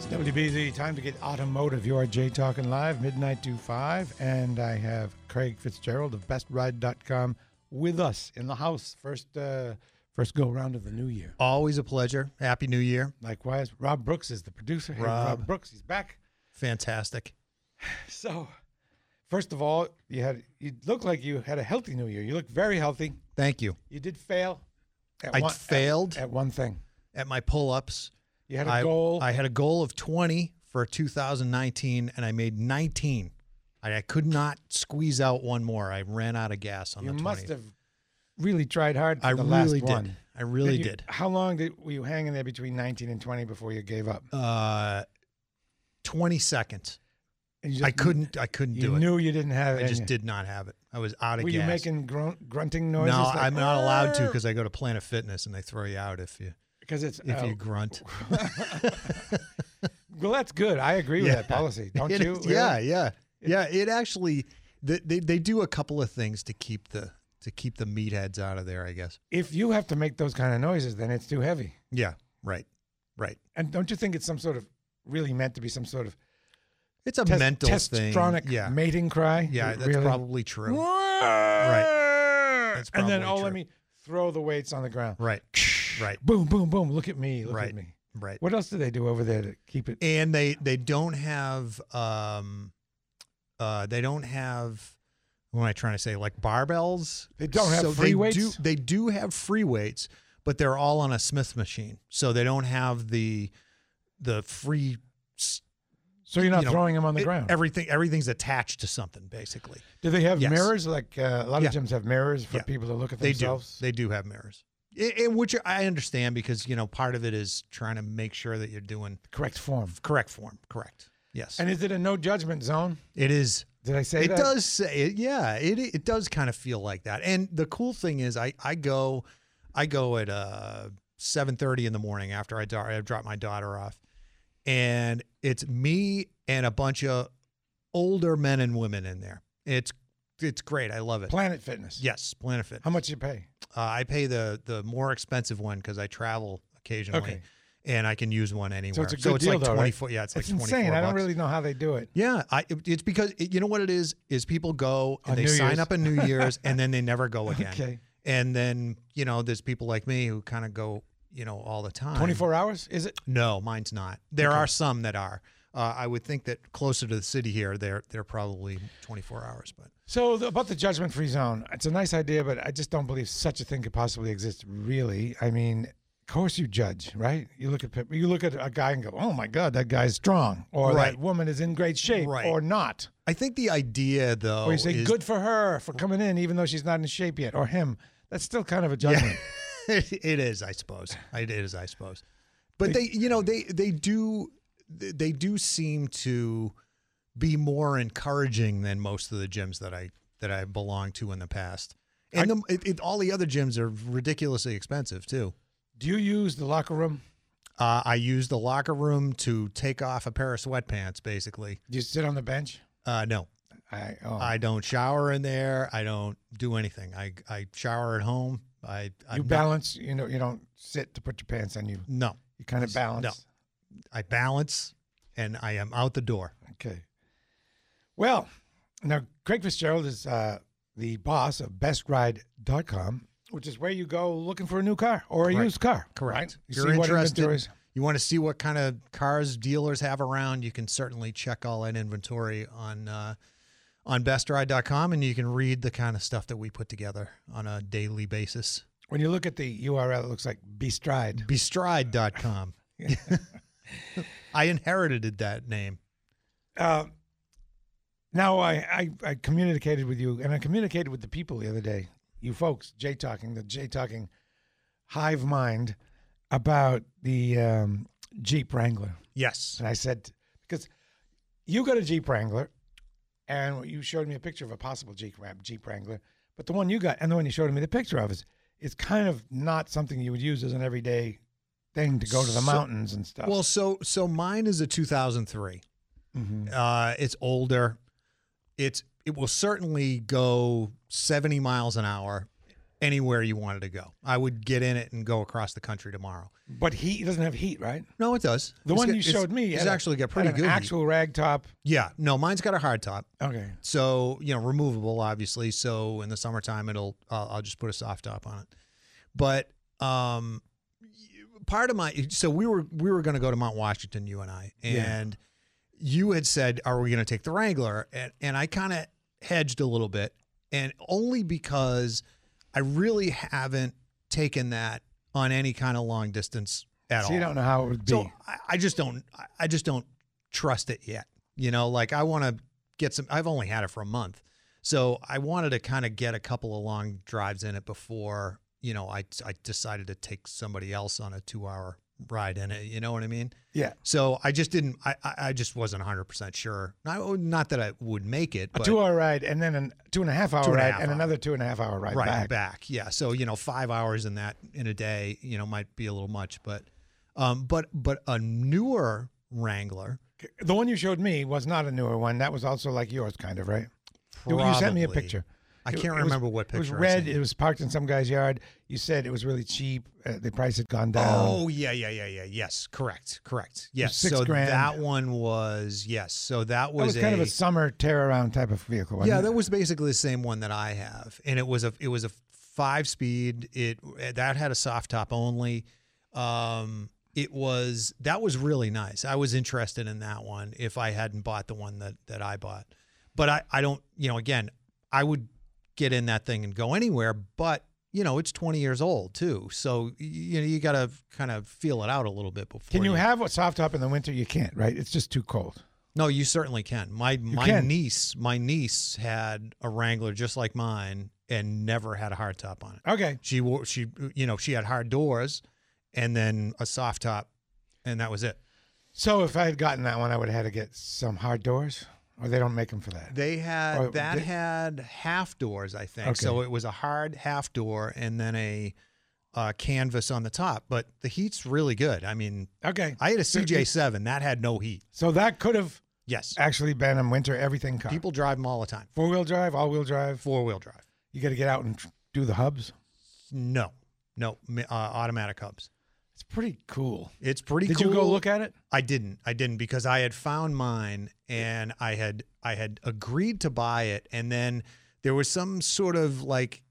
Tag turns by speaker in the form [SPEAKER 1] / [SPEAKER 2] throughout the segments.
[SPEAKER 1] It's WBZ, time to get automotive. You are Jay Talking Live, midnight to 5. And I have Craig Fitzgerald of BestRide.com with us in the house. First uh, first go round of the new year.
[SPEAKER 2] Always a pleasure. Happy New Year.
[SPEAKER 1] Likewise, Rob Brooks is the producer. Hey, Rob.
[SPEAKER 2] Rob.
[SPEAKER 1] Brooks, he's back.
[SPEAKER 2] Fantastic.
[SPEAKER 1] So, first of all, you had you look like you had a healthy new year. You look very healthy.
[SPEAKER 2] Thank you.
[SPEAKER 1] You did fail. At
[SPEAKER 2] I
[SPEAKER 1] at-
[SPEAKER 2] failed?
[SPEAKER 1] at, one thing.
[SPEAKER 2] At my pull ups,
[SPEAKER 1] You had a
[SPEAKER 2] I,
[SPEAKER 1] goal.
[SPEAKER 2] I had a goal of 20 for 2019 and I made 19. I, I could not squeeze out one more. I ran out of gas on
[SPEAKER 1] you
[SPEAKER 2] the 20th.
[SPEAKER 1] must have really tried hard. For
[SPEAKER 2] I
[SPEAKER 1] the
[SPEAKER 2] really
[SPEAKER 1] last
[SPEAKER 2] did.
[SPEAKER 1] One.
[SPEAKER 2] I really
[SPEAKER 1] you-
[SPEAKER 2] did.
[SPEAKER 1] How long did were you hanging there between 19 and 20 before you gave up?
[SPEAKER 2] Uh, 20 seconds.
[SPEAKER 1] And you
[SPEAKER 2] I
[SPEAKER 1] just-
[SPEAKER 2] couldn't. I couldn't
[SPEAKER 1] You
[SPEAKER 2] do it.
[SPEAKER 1] knew you didn't have. it
[SPEAKER 2] I
[SPEAKER 1] in
[SPEAKER 2] just
[SPEAKER 1] you.
[SPEAKER 2] did not have it. I was out of
[SPEAKER 1] Were
[SPEAKER 2] gas.
[SPEAKER 1] you making grunt, grunting
[SPEAKER 2] no,
[SPEAKER 1] noises? like,
[SPEAKER 2] I'm not allowed to
[SPEAKER 1] "Arr!"
[SPEAKER 2] because I go to Planet Fitness and they throw you out if you
[SPEAKER 1] because it's.
[SPEAKER 2] if
[SPEAKER 1] oh.
[SPEAKER 2] you grunt.
[SPEAKER 1] well, that's good. I agree with
[SPEAKER 2] Yeah.
[SPEAKER 1] that policy, don't
[SPEAKER 2] It
[SPEAKER 1] you?
[SPEAKER 2] is- Yeah,
[SPEAKER 1] really?
[SPEAKER 2] yeah, yeah. It actually they, they they do a couple of things to keep the to keep the meatheads out of there. I guess.
[SPEAKER 1] If you have to make those kind of noises, then it's too heavy.
[SPEAKER 2] Yeah. Right. Right.
[SPEAKER 1] And don't you think it's some sort of really meant to be some sort of
[SPEAKER 2] It's a
[SPEAKER 1] test,
[SPEAKER 2] mental thing.
[SPEAKER 1] testosteronic
[SPEAKER 2] Yeah.
[SPEAKER 1] mating cry?
[SPEAKER 2] yeah.
[SPEAKER 1] It
[SPEAKER 2] That's
[SPEAKER 1] really-
[SPEAKER 2] probably true.
[SPEAKER 1] Right.
[SPEAKER 2] That's
[SPEAKER 1] and then, oh,
[SPEAKER 2] probably
[SPEAKER 1] let
[SPEAKER 2] true.
[SPEAKER 1] me throw the weights on the ground.
[SPEAKER 2] Right. Right.
[SPEAKER 1] Boom, boom, boom. Look at me. Look
[SPEAKER 2] Right.
[SPEAKER 1] at me.
[SPEAKER 2] Right.
[SPEAKER 1] What else do they do over there to keep it?
[SPEAKER 2] And they they don't have um uh they don't have what am I trying to say like barbells.
[SPEAKER 1] They don't have
[SPEAKER 2] So
[SPEAKER 1] free
[SPEAKER 2] they
[SPEAKER 1] weights?
[SPEAKER 2] Do, they do have free weights, but they're all on a Smith machine, so they don't have the the free s-
[SPEAKER 1] So you're not
[SPEAKER 2] you know,
[SPEAKER 1] throwing them on the
[SPEAKER 2] it-
[SPEAKER 1] ground.
[SPEAKER 2] Everything everything's attached to something basically.
[SPEAKER 1] do they have
[SPEAKER 2] yes.
[SPEAKER 1] mirrors? Like uh, a lot of
[SPEAKER 2] Yeah.
[SPEAKER 1] gyms have mirrors for
[SPEAKER 2] Yeah.
[SPEAKER 1] people to look at
[SPEAKER 2] They
[SPEAKER 1] themselves.
[SPEAKER 2] do. They do have mirrors. It, it, which I understand because you know part of it is trying to make sure that you're doing
[SPEAKER 1] Correct form.
[SPEAKER 2] correct form, correct. Yes,
[SPEAKER 1] And is it a no judgment zone?
[SPEAKER 2] it is
[SPEAKER 1] Did I say
[SPEAKER 2] it
[SPEAKER 1] that?
[SPEAKER 2] does say it yeah it it does kind of feel like that and the cool thing is i i go i go at uh 7:30 in the morning after i, do, I drop my daughter off and it's me and a bunch of older men and women in there it's it's great i love it
[SPEAKER 1] Planet Fitness.
[SPEAKER 2] yes planet fit
[SPEAKER 1] How much you pay?
[SPEAKER 2] uh, i pay the the more expensive one because i travel occasionally
[SPEAKER 1] Okay.
[SPEAKER 2] and i can use one anywhere
[SPEAKER 1] So it's a good deal,
[SPEAKER 2] like
[SPEAKER 1] though, right?
[SPEAKER 2] 24 yeah it's,
[SPEAKER 1] It's
[SPEAKER 2] like 24
[SPEAKER 1] insane. I don't
[SPEAKER 2] bucks.
[SPEAKER 1] really know how they do it.
[SPEAKER 2] Yeah, I, it- it's because it, you know what it is is people go and
[SPEAKER 1] On
[SPEAKER 2] they
[SPEAKER 1] New
[SPEAKER 2] sign
[SPEAKER 1] Year's.
[SPEAKER 2] up on New Year's and then they never go again.
[SPEAKER 1] Okay.
[SPEAKER 2] And then you know there's people like me who kind of go you know all the time.
[SPEAKER 1] 24 hours? Is it?
[SPEAKER 2] No, mine's not. There are some that are. Uh, I would think that closer to the city here, they're they're probably 24 hours. But
[SPEAKER 1] So the, about the judgment free zone, it's a nice idea, but I just don't believe such a thing could possibly exist. Really, I mean, of course you judge, right? You look at pe- you look at a guy and go, "Oh my God, that guy's strong," or
[SPEAKER 2] Right.
[SPEAKER 1] "That woman is in great shape,"
[SPEAKER 2] Right.
[SPEAKER 1] or not.
[SPEAKER 2] I think the idea though
[SPEAKER 1] Or you say,
[SPEAKER 2] is
[SPEAKER 1] "Good for her for coming in, even though she's not in shape yet," or him. That's still kind of a judgment.
[SPEAKER 2] it is, I suppose. It is, I suppose. But they, you know, they they do they do seem to be more encouraging than most of the gyms that I that I belonged to in the past. And the, it, it, all the other gyms are ridiculously expensive too.
[SPEAKER 1] Do you use the locker room?
[SPEAKER 2] Uh, I use the locker room to take off a pair of sweatpants, basically.
[SPEAKER 1] Do you sit on the bench?
[SPEAKER 2] Uh, no,
[SPEAKER 1] I, oh.
[SPEAKER 2] I don't shower in there. I don't do anything. I, I shower at home. I I'm
[SPEAKER 1] you
[SPEAKER 2] not-
[SPEAKER 1] balance. You know, you don't sit to put your pants on. You
[SPEAKER 2] no,
[SPEAKER 1] you kind of balance.
[SPEAKER 2] I balance, and I am out the door.
[SPEAKER 1] Okay. Well, now Craig Fitzgerald is uh, the boss of bestride.com, which is where you go looking for a new car or a
[SPEAKER 2] Correct.
[SPEAKER 1] used car. right?
[SPEAKER 2] Correct.
[SPEAKER 1] You
[SPEAKER 2] You're
[SPEAKER 1] see what
[SPEAKER 2] interested.
[SPEAKER 1] inventory is-
[SPEAKER 2] you want to see what kind of cars dealers have around. You can certainly check all that inventory on uh, on bestride.com, and you can read the kind of stuff that we put together on a daily basis.
[SPEAKER 1] When you look at the URL, it looks like bestride.
[SPEAKER 2] Bestride.com. I inherited that name.
[SPEAKER 1] Uh, now, I, I, I communicated with you, and I communicated with the people the other day, you folks, J Talking, the J Talking hive mind, about the um, Jeep Wrangler.
[SPEAKER 2] Yes.
[SPEAKER 1] And I said, because you got a Jeep Wrangler, and you showed me a picture of a possible Jeep Wra- Jeep Wrangler, but the one you got and the one you showed me the picture of is is kind of not something you would use as an everyday thing to go to the
[SPEAKER 2] So-
[SPEAKER 1] mountains and stuff.
[SPEAKER 2] Well, so so mine is a 2003.
[SPEAKER 1] Mhm.
[SPEAKER 2] Uh, it's older. It's it will certainly go 70 miles an hour anywhere you wanted to go. I would get in it and go across the country tomorrow.
[SPEAKER 1] but he it doesn't have heat, right?
[SPEAKER 2] No, it does.
[SPEAKER 1] The
[SPEAKER 2] It's
[SPEAKER 1] one
[SPEAKER 2] got-
[SPEAKER 1] you
[SPEAKER 2] it's-
[SPEAKER 1] showed me
[SPEAKER 2] it's
[SPEAKER 1] had a-
[SPEAKER 2] actually got
[SPEAKER 1] had
[SPEAKER 2] pretty
[SPEAKER 1] an
[SPEAKER 2] good. heat.
[SPEAKER 1] actual rag top.
[SPEAKER 2] yeah, no, mine's got a hard top.
[SPEAKER 1] Okay.
[SPEAKER 2] So you know, removable, obviously. So in the summertime, it'll I'll I'll just put a soft top on it. But um, part of my so we were we were going to go to Mount Washington, you and I,
[SPEAKER 1] Yeah.
[SPEAKER 2] and you had said, "Are we going to take the Wrangler?" And and I kind of hedged a little bit, and only because I really haven't taken that on any kind of long distance at
[SPEAKER 1] So
[SPEAKER 2] all.
[SPEAKER 1] you don't know how it would be.
[SPEAKER 2] So I, I just don't I- I just don't trust it yet. You know, like I want to get some. I've only had it for a month, so I wanted to kind of get a couple of long drives in it before you know I I decided to take somebody else on a two hour ride in it. You know what I mean?
[SPEAKER 1] yeah.
[SPEAKER 2] So I just didn't. I I I just wasn't 100 percent sure. Not oh, not that I would make it,
[SPEAKER 1] A
[SPEAKER 2] but
[SPEAKER 1] two hour ride and then a two and a half hour
[SPEAKER 2] Two and a
[SPEAKER 1] ride
[SPEAKER 2] half
[SPEAKER 1] and
[SPEAKER 2] hour.
[SPEAKER 1] another two and a half hour ride
[SPEAKER 2] right
[SPEAKER 1] back.
[SPEAKER 2] back. Yeah. So you know, five hours in that in a day, you know, might be a little much, but um, but but a newer Wrangler.
[SPEAKER 1] The one you showed me was not a newer one. That was also like yours, kind of, right? You- You sent me a
[SPEAKER 2] Probably.
[SPEAKER 1] picture.
[SPEAKER 2] I
[SPEAKER 1] It-
[SPEAKER 2] can't
[SPEAKER 1] it was-
[SPEAKER 2] remember what
[SPEAKER 1] It was
[SPEAKER 2] picture. I
[SPEAKER 1] red.
[SPEAKER 2] sent
[SPEAKER 1] It was parked in some guy's yard. You said it was really cheap. Uh, the price had gone
[SPEAKER 2] you.
[SPEAKER 1] down.
[SPEAKER 2] Oh yeah, yeah, yeah, yeah. Yes, correct, correct. Yes.
[SPEAKER 1] Um, six
[SPEAKER 2] so
[SPEAKER 1] grand.
[SPEAKER 2] that one was yes. So that
[SPEAKER 1] that was
[SPEAKER 2] was,
[SPEAKER 1] kind
[SPEAKER 2] a,
[SPEAKER 1] of a summer tear around type of vehicle. Wasn't
[SPEAKER 2] yeah.
[SPEAKER 1] it?
[SPEAKER 2] That was basically the same one that I have, and it was a it was a five speed. It that had a soft top only. Um, it was that was really nice. I was interested in that one if I hadn't bought the one that that I bought, but I I don't you know again I would get in that thing and go anywhere, but you know it's 20 years old too, so y- you know you got to kind of feel it out a little bit before.
[SPEAKER 1] Can you have a soft top in the winter? You can't, right? It's just too cold.
[SPEAKER 2] No, you certainly can. My my
[SPEAKER 1] can.
[SPEAKER 2] niece, my niece had a Wrangler just like mine and never had a hard top on it.
[SPEAKER 1] Okay.
[SPEAKER 2] She wore she you know, she had hard doors and then a soft top and that was it.
[SPEAKER 1] So if I had gotten that one, I would have had to get some hard doors, or they don't make them for that.
[SPEAKER 2] They had
[SPEAKER 1] Oh,
[SPEAKER 2] that
[SPEAKER 1] they-
[SPEAKER 2] had half doors, I think. So
[SPEAKER 1] Okay.
[SPEAKER 2] it was a hard half door and then a uh, canvas on the top, but the heat's really good. I mean,
[SPEAKER 1] Okay.
[SPEAKER 2] I had a CJ7 that had no heat.
[SPEAKER 1] So that could have
[SPEAKER 2] Yes.
[SPEAKER 1] actually been a winter everything car.
[SPEAKER 2] People drive them all the time.
[SPEAKER 1] Four wheel drive, all wheel drive.
[SPEAKER 2] Four-wheel drive.
[SPEAKER 1] You got to get out and tr- do the hubs.
[SPEAKER 2] No. No, mi- uh, automatic hubs.
[SPEAKER 1] It's pretty cool.
[SPEAKER 2] It's pretty
[SPEAKER 1] Did
[SPEAKER 2] cool.
[SPEAKER 1] you go look at it?
[SPEAKER 2] I didn't. I didn't because I had found mine and I had I had agreed to buy it and then there was some sort of like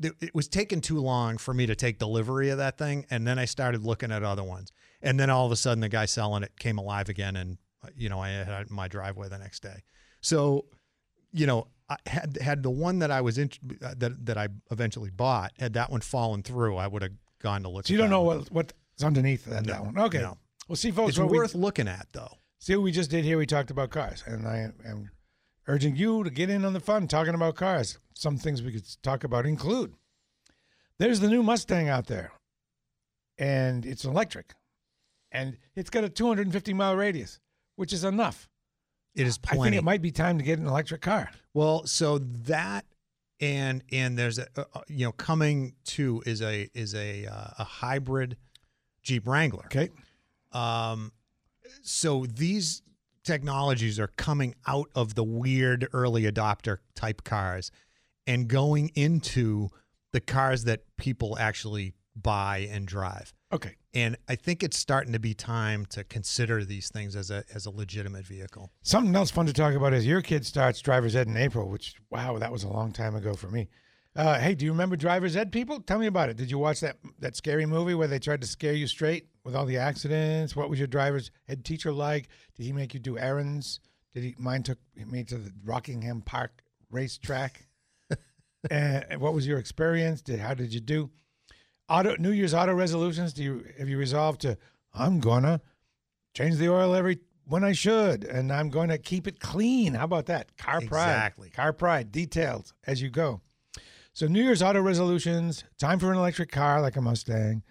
[SPEAKER 2] th- it was taking too long for me to take delivery of that thing and then I started looking at other ones. And then all of a sudden the guy selling it came alive again and uh, you know I had it in my driveway the next day. So, you know, I had had the one that I was in, that that I eventually bought had that one fallen through, I would have gone to look
[SPEAKER 1] So
[SPEAKER 2] at
[SPEAKER 1] you don't
[SPEAKER 2] that
[SPEAKER 1] know
[SPEAKER 2] one.
[SPEAKER 1] what what's underneath that, that
[SPEAKER 2] No,
[SPEAKER 1] one. Okay.
[SPEAKER 2] no.
[SPEAKER 1] Well, see, folks,
[SPEAKER 2] it's
[SPEAKER 1] what
[SPEAKER 2] worth
[SPEAKER 1] we,
[SPEAKER 2] looking at though.
[SPEAKER 1] see what we just did here. We talked about cars, and I am urging you to get in on the fun talking about cars. Some things we could talk about include there's the new Mustang out there, and it's electric, and it's got a 250 mile radius, which is enough.
[SPEAKER 2] It is plenty.
[SPEAKER 1] I think it might be time to get an electric car.
[SPEAKER 2] Well, so that and and there's a uh, uh, you know coming to is a is a uh, a hybrid Jeep Wrangler.
[SPEAKER 1] Okay.
[SPEAKER 2] Um, so these technologies are coming out of the weird early adopter type cars and going into the cars that people actually buy and drive.
[SPEAKER 1] Okay.
[SPEAKER 2] And I think it's starting to be time to consider these things as a as a legitimate vehicle.
[SPEAKER 1] Something else fun to talk about is your kid starts driver's ed in April, which wow, that was a long time ago for me. Uh, hey, do you remember driver's ed people? Tell me about it. Did you watch that that scary movie where they tried to scare you straight with all the accidents? What was your driver's ed teacher like? Did he make you do errands? Did he mine took me to the Rockingham Park racetrack? and what was your experience? Did how did you do? Auto New Year's auto resolutions. Do you have you resolved to I'm gonna change the oil every when I should, and I'm going to keep it clean. How about that? Car pride.
[SPEAKER 2] Exactly.
[SPEAKER 1] Car pride. Details as you go. So New Year's auto resolutions. Time for an electric car like a Mustang,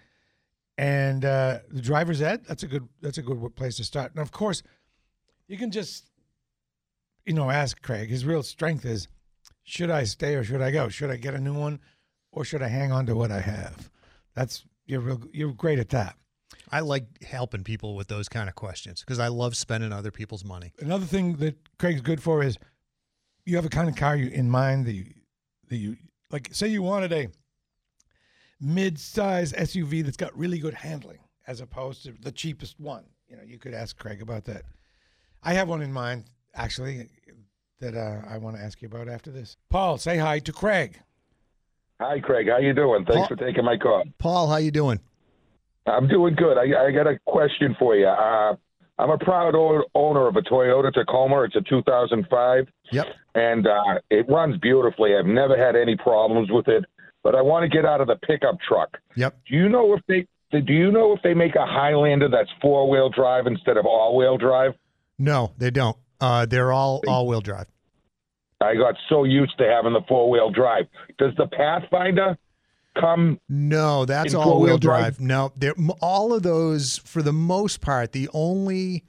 [SPEAKER 1] and uh, the driver's ed. That's a good. That's a good place to start. And of course, you can just, you know, ask Craig. His real strength is: should I stay or should I go? Should I get a new one, or should I hang on to what I have? That's you're real. You're great at that.
[SPEAKER 2] I like helping people with those kind of questions because I love spending other people's money.
[SPEAKER 1] Another thing that Craig's good for is you have a kind of car you in mind that you, that you like. Say you wanted a mid-size SUV that's got really good handling, as opposed to the cheapest one. You know, you could ask Craig about that. I have one in mind actually that uh, I want to ask you about after this. Paul, say hi to Craig.
[SPEAKER 3] Hi, Craig. How you doing? Thanks
[SPEAKER 2] Paul-
[SPEAKER 3] for taking my call.
[SPEAKER 2] Paul, how you doing?
[SPEAKER 3] I'm doing good. I, I got a question for you. Uh, I'm a proud o- owner of a Toyota Tacoma. It's a 2005,
[SPEAKER 2] Yep.
[SPEAKER 3] and uh, it runs beautifully. I've never had any problems with it. But I want to get out of the pickup truck.
[SPEAKER 2] Yep.
[SPEAKER 3] Do you know if they do you know if they make a Highlander that's four wheel drive instead of all wheel drive?
[SPEAKER 2] No, they don't. Uh, they're all all wheel drive.
[SPEAKER 3] I got so used to having the four wheel drive. Does the Pathfinder come
[SPEAKER 2] No, that's
[SPEAKER 3] In
[SPEAKER 2] all
[SPEAKER 3] four-wheel
[SPEAKER 2] wheel
[SPEAKER 3] drive?
[SPEAKER 2] drive. No, they're m- all of those for the most part. The only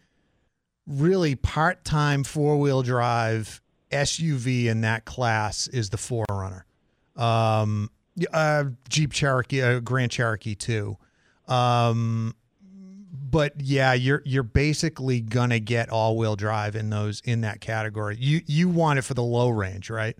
[SPEAKER 2] really part time four wheel drive SUV in that class is the Forerunner, um, y- uh, Jeep Cherokee, uh, Grand Cherokee too. Um, but yeah, you're you're basically gonna get all wheel drive in those in that category. You you want it for the low range, right?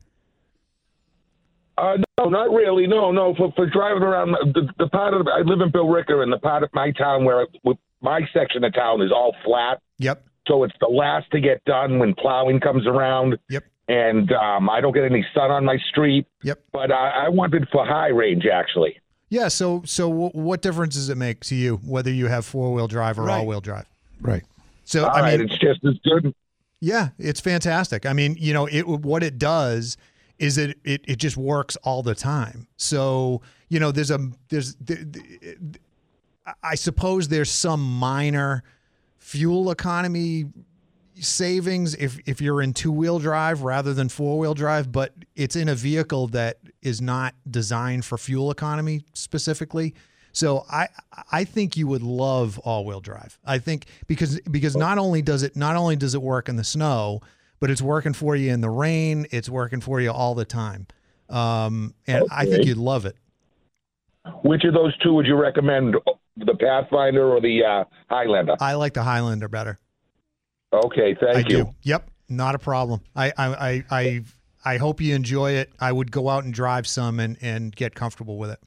[SPEAKER 3] Uh, no, not really. No, no. For for driving around the, the part of I live in Bill Ricker, and the part of my town where with my section of town is all flat,
[SPEAKER 2] Yep.
[SPEAKER 3] so it's the last to get done when plowing comes around.
[SPEAKER 2] Yep.
[SPEAKER 3] And um, I don't get any sun on my street,
[SPEAKER 2] Yep.
[SPEAKER 3] but I, I wanted for high range actually.
[SPEAKER 2] Yeah. So, so w- what difference does it make to you whether you have four wheel drive or
[SPEAKER 1] Right.
[SPEAKER 2] all wheel drive?
[SPEAKER 1] Right.
[SPEAKER 2] So,
[SPEAKER 3] All right,
[SPEAKER 2] I mean,
[SPEAKER 3] it's just as good.
[SPEAKER 2] yeah, it's fantastic. I mean, you know, it what it does is it it, it just works all the time. So, you know, there's a there's th- th- I suppose there's some minor fuel economy savings if if you're in two-wheel drive rather than four-wheel drive, but it's in a vehicle that is not designed for fuel economy specifically. So I I think you would love all-wheel drive. I think because because not only does it not only does it work in the snow, but it's working for you in the rain, it's working for you all the time. Um, and I think
[SPEAKER 3] Okay.
[SPEAKER 2] you'd love it.
[SPEAKER 3] Which of those two would you recommend, the Pathfinder or the uh, Highlander?
[SPEAKER 2] I like the Highlander better.
[SPEAKER 3] Okay, thank
[SPEAKER 2] I
[SPEAKER 3] you.
[SPEAKER 2] do. Yep, not a problem. I I, I I I hope you enjoy it. I would go out and drive some and and get comfortable with it.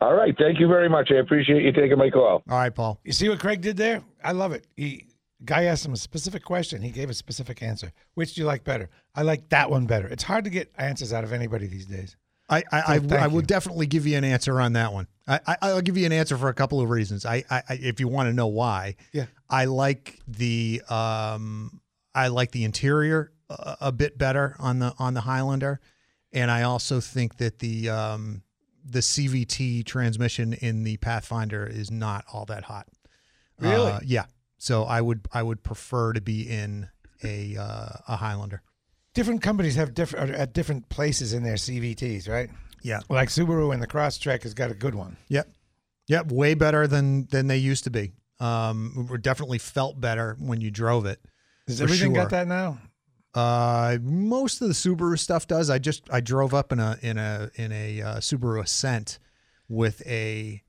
[SPEAKER 3] All right, thank you very much. I appreciate you taking my call.
[SPEAKER 2] All right, Paul.
[SPEAKER 1] You see what Craig did there? I love it. He guy asked him a specific question. He gave a specific answer. Which do you like better? I like that one better. It's hard to get answers out of anybody these days.
[SPEAKER 2] I I,
[SPEAKER 1] So
[SPEAKER 2] I,
[SPEAKER 1] thank
[SPEAKER 2] I will
[SPEAKER 1] you.
[SPEAKER 2] definitely give you an answer on that one. I, I I'll give you an answer for a couple of reasons. I, I I- if you want to know why.
[SPEAKER 1] Yeah.
[SPEAKER 2] I like the um I like the interior uh, a, a bit better on the on the Highlander, and I also think that the um the CVT transmission in the Pathfinder is not all that hot.
[SPEAKER 1] Really?
[SPEAKER 2] Uh, yeah. So I would I would prefer to be in a uh, a Highlander.
[SPEAKER 1] Different companies have different at different places in their CVTs, right?
[SPEAKER 2] Yeah.
[SPEAKER 1] Like Subaru and the Crosstrek has got a good one.
[SPEAKER 2] Yep. Yep. Way better than than they used to be. Um, we definitely felt better when you drove it.
[SPEAKER 1] Does
[SPEAKER 2] For
[SPEAKER 1] everything
[SPEAKER 2] sure.
[SPEAKER 1] got that now?
[SPEAKER 2] Uh, most of the Subaru stuff does. I just I drove up in a in a in a uh, Subaru Ascent with a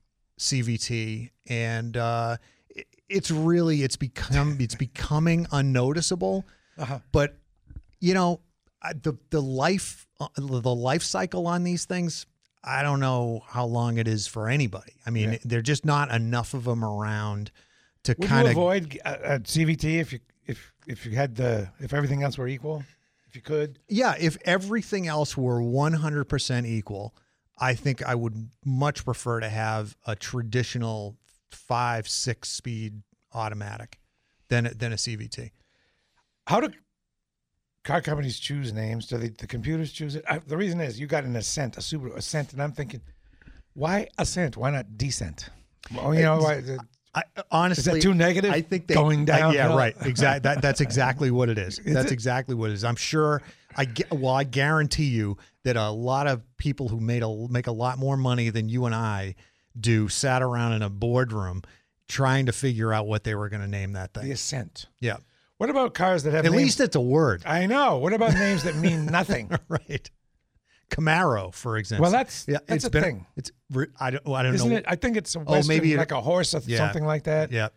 [SPEAKER 2] CVT, and uh, it, it's really it's become it's becoming unnoticeable.
[SPEAKER 1] Uh-huh.
[SPEAKER 2] But you know I, the the life uh, the life cycle on these things. I don't know how long it is for anybody. I mean,
[SPEAKER 1] Yeah.
[SPEAKER 2] there's just not enough of them around to
[SPEAKER 1] Would
[SPEAKER 2] kind
[SPEAKER 1] you
[SPEAKER 2] of
[SPEAKER 1] avoid a, a CVT if you if if you had the if everything else were equal, if you could?
[SPEAKER 2] Yeah, if everything else were 100% equal, I think I would much prefer to have a traditional five, six speed automatic than, a- than a CVT.
[SPEAKER 1] How do car companies choose names? Do they, the computers choose it? I, the reason is you got an Ascent, a Subaru Ascent, and I'm thinking, why Ascent? Why not Descent? Oh, you know, why, the-
[SPEAKER 2] I, honestly,
[SPEAKER 1] too negative?
[SPEAKER 2] I think they,
[SPEAKER 1] Going
[SPEAKER 2] I- yeah,
[SPEAKER 1] downhill?
[SPEAKER 2] right. Exactly. That, that's exactly what it is. that's exactly what it is. I'm sure. I get, well, I guarantee you that a lot of people who made a make a lot more money than you and I do sat around in a boardroom trying to figure out what they were going to name that
[SPEAKER 1] The
[SPEAKER 2] thing.
[SPEAKER 1] Ascent.
[SPEAKER 2] Yeah.
[SPEAKER 1] What about cars that have
[SPEAKER 2] At
[SPEAKER 1] names-
[SPEAKER 2] least it's a word.
[SPEAKER 1] I know. What about names that mean nothing?
[SPEAKER 2] right. Camaro, for example.
[SPEAKER 1] Well, that's- that's
[SPEAKER 2] it's
[SPEAKER 1] a thing.
[SPEAKER 2] It's re- I don't well, I don't
[SPEAKER 1] Isn't
[SPEAKER 2] know.
[SPEAKER 1] it? I think it's a
[SPEAKER 2] Oh,
[SPEAKER 1] Western,
[SPEAKER 2] maybe it-
[SPEAKER 1] like a horse or
[SPEAKER 2] Yeah.
[SPEAKER 1] something like that.
[SPEAKER 2] Yeah,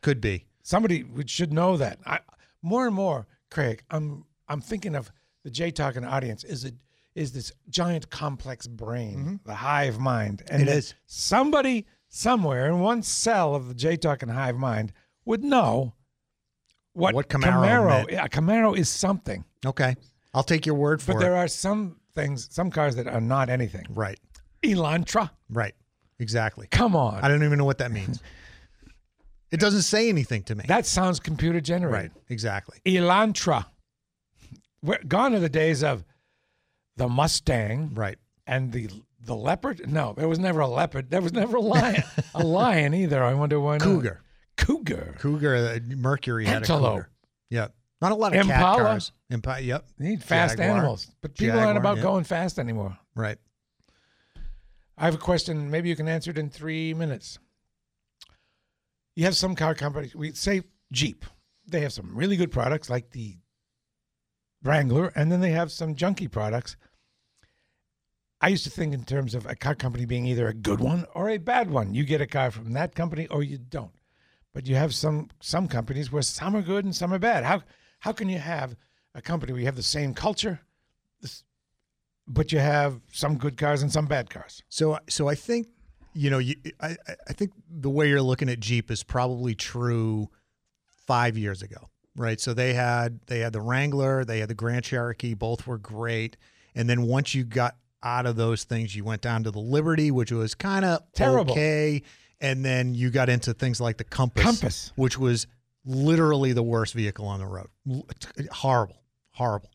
[SPEAKER 2] could be.
[SPEAKER 1] Somebody would- should know that. I, more and more, Craig, I'm I'm thinking of the J talking audience. Is it is this giant complex brain, the hive mind? And
[SPEAKER 2] Mm-hmm. It
[SPEAKER 1] that
[SPEAKER 2] is.
[SPEAKER 1] somebody somewhere in one cell of the J talking hive mind would know what,
[SPEAKER 2] What Camaro meant.
[SPEAKER 1] Yeah, Camaro is something,
[SPEAKER 2] Okay, I'll take your word for
[SPEAKER 1] but
[SPEAKER 2] it.
[SPEAKER 1] there are some things, some cars that are not anything.
[SPEAKER 2] right,
[SPEAKER 1] Elantra,
[SPEAKER 2] right, exactly.
[SPEAKER 1] come on.
[SPEAKER 2] I don't even know what that means. it doesn't say anything to me.
[SPEAKER 1] That sounds computer
[SPEAKER 2] right,
[SPEAKER 1] generated.
[SPEAKER 2] exactly.
[SPEAKER 1] Elantra. Where, gone are the days of the Mustang
[SPEAKER 2] Right.
[SPEAKER 1] and the the leopard. No, there was never a leopard. There was never a lion. a lion either. I wonder why not.
[SPEAKER 2] Cougar,
[SPEAKER 1] Cougar.
[SPEAKER 2] cougar. uh, Mercury had a
[SPEAKER 1] Antelope.
[SPEAKER 2] cougar. Yeah, not a lot of cat
[SPEAKER 1] Impala.
[SPEAKER 2] cars. Impala. Yep.
[SPEAKER 1] You need fast
[SPEAKER 2] Jaguar.
[SPEAKER 1] animals. But people aren't
[SPEAKER 2] Jaguar,
[SPEAKER 1] about
[SPEAKER 2] yeah.
[SPEAKER 1] going fast anymore.
[SPEAKER 2] Right.
[SPEAKER 1] I have a question. Maybe you can answer it in three minutes. You have some car companies. We say Jeep. They have some really good products like the Wrangler, and then they have some junky products. I used to think in terms of a car company being either a good one or a bad one. You get a car from that company or you don't. But you have some some companies where some are good and some are bad. How how can you have a company where you have the same culture, this- but you have some good cars and some bad cars?
[SPEAKER 2] So, so I think, you know, you, I, I- I think the way you're looking at Jeep is probably true five years ago, right? So they had they had the Wrangler, they had the Grand Cherokee, both were great, and then once you got out of those things, you went down to the Liberty, which was kind of
[SPEAKER 1] Terrible.
[SPEAKER 2] okay, and then you got into things like the Compass,
[SPEAKER 1] Compass.
[SPEAKER 2] which was literally the worst vehicle on the road, L- t- horrible, horrible.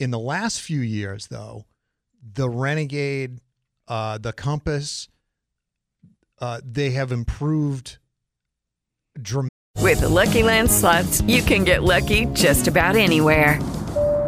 [SPEAKER 2] In the last few years, though, the Renegade, uh, the Compass, uh, they have improved dramatically.
[SPEAKER 4] With the Lucky Land slots, you can get lucky just about anywhere.